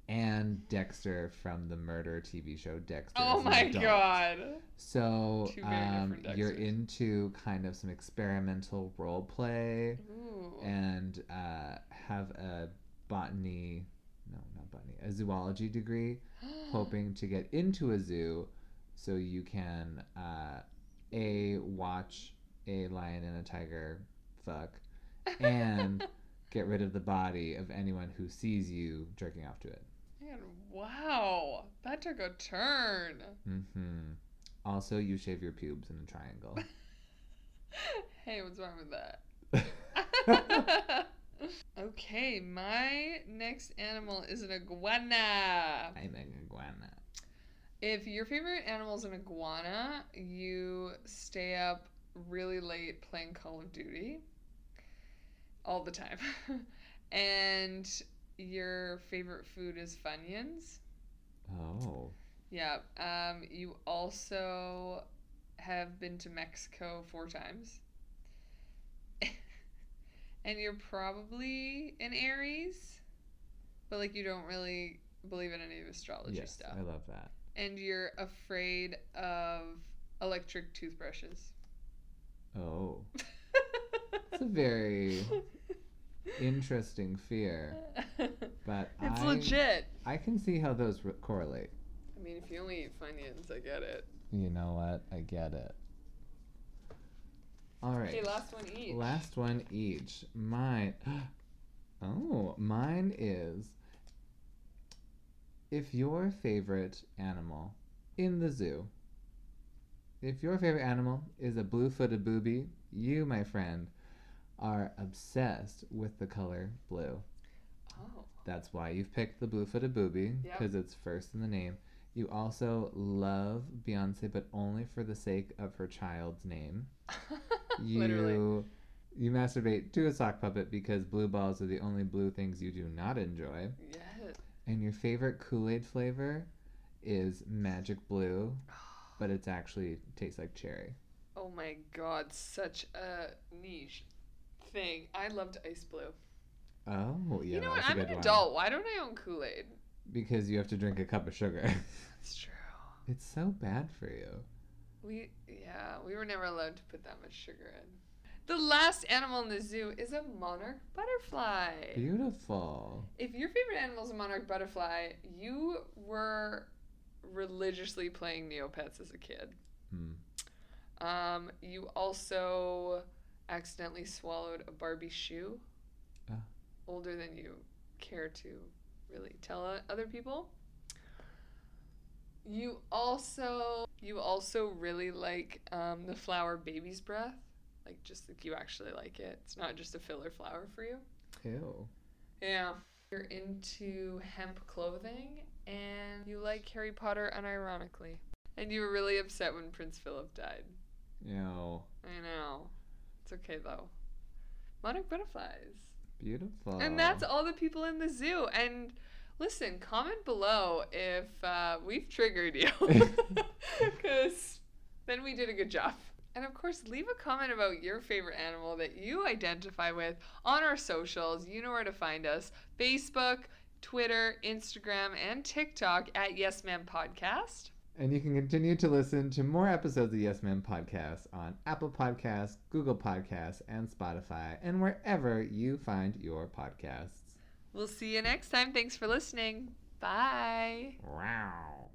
and Dexter from the murder TV show Dexter.
Oh
as an
my
adult.
god.
So
Two very
um,
different
you're
Dexters.
into kind of some experimental role play
Ooh.
and uh, have a botany, no, not botany, a zoology degree,
Mm-hmm.
hoping to get into a zoo so you can uh, a watch a lion and a tiger fuck and get rid of the body of anyone who sees you jerking off to it.
Man, wow. That took a turn.
hmm Also, you shave your pubes in a triangle.
hey, what's wrong with that? okay, my next animal is an iguana.
I'm an iguana.
If your favorite animal is an iguana, you stay up really late playing Call of Duty all the time. and your favorite food is Funyuns.
Oh.
Yeah. Um, you also have been to Mexico four times. and you're probably an Aries, but like you don't really believe in any of astrology
yes,
stuff.
I love that.
And you're afraid of electric toothbrushes.
Oh. It's a very interesting fear, but
it's
I,
legit.
I can see how those re- correlate.
I mean, if you only eat Funyuns, I get it.
You know what? I get it. All right.
Okay, last one each.
Last one each. Mine. Oh, mine is if your favorite animal in the zoo, if your favorite animal is a blue footed booby, you, my friend, are obsessed with the color blue.
Oh.
That's why you've picked the blue footed booby,
Yep.
because it's first in the name. You also love Beyonce, but only for the sake of her child's name you
Literally.
you masturbate to a sock puppet because blue balls are the only blue things you do not enjoy
Yes.
and your favorite kool-aid flavor is magic blue but it's actually tastes like cherry
Oh my god, such a niche thing. I loved Ice Blue.
oh yeah
you know what?
that's a
I'm
good
an
one.
adult. Why don't I own Kool Aid?
because you have to drink a cup of sugar
That's true.
it's so bad for you
We, yeah, we were never allowed to put that much sugar in. The last animal in the zoo is a monarch butterfly.
beautiful
If your favorite animal is a monarch butterfly, you were religiously playing Neopets as a kid.
Hmm.
Um, you also accidentally swallowed a Barbie shoe.
Ah.
Older than you care to really tell o- other people. You also you also really like um, the flower baby's breath. Like just like you actually like it. It's not just a filler flower for you.
ew
Yeah. You're into hemp clothing and you like Harry Potter unironically. And you were really upset when Prince Philip died.
ew
I know. It's okay though. Monarch butterflies.
beautiful
And that's all the people in the zoo. And listen, comment below if uh, we've triggered you. Because then we did a good job. And of course, leave a comment about your favorite animal that you identify with on our socials. You know where to find us Facebook, Twitter, Instagram, and TikTok at Yes Ma'am Podcast.
And you can continue to listen to more episodes of Yes Men Podcast on Apple Podcasts, Google Podcasts, and Spotify, and wherever you find your podcasts.
We'll see you next time. Thanks for listening. Bye.
Wow.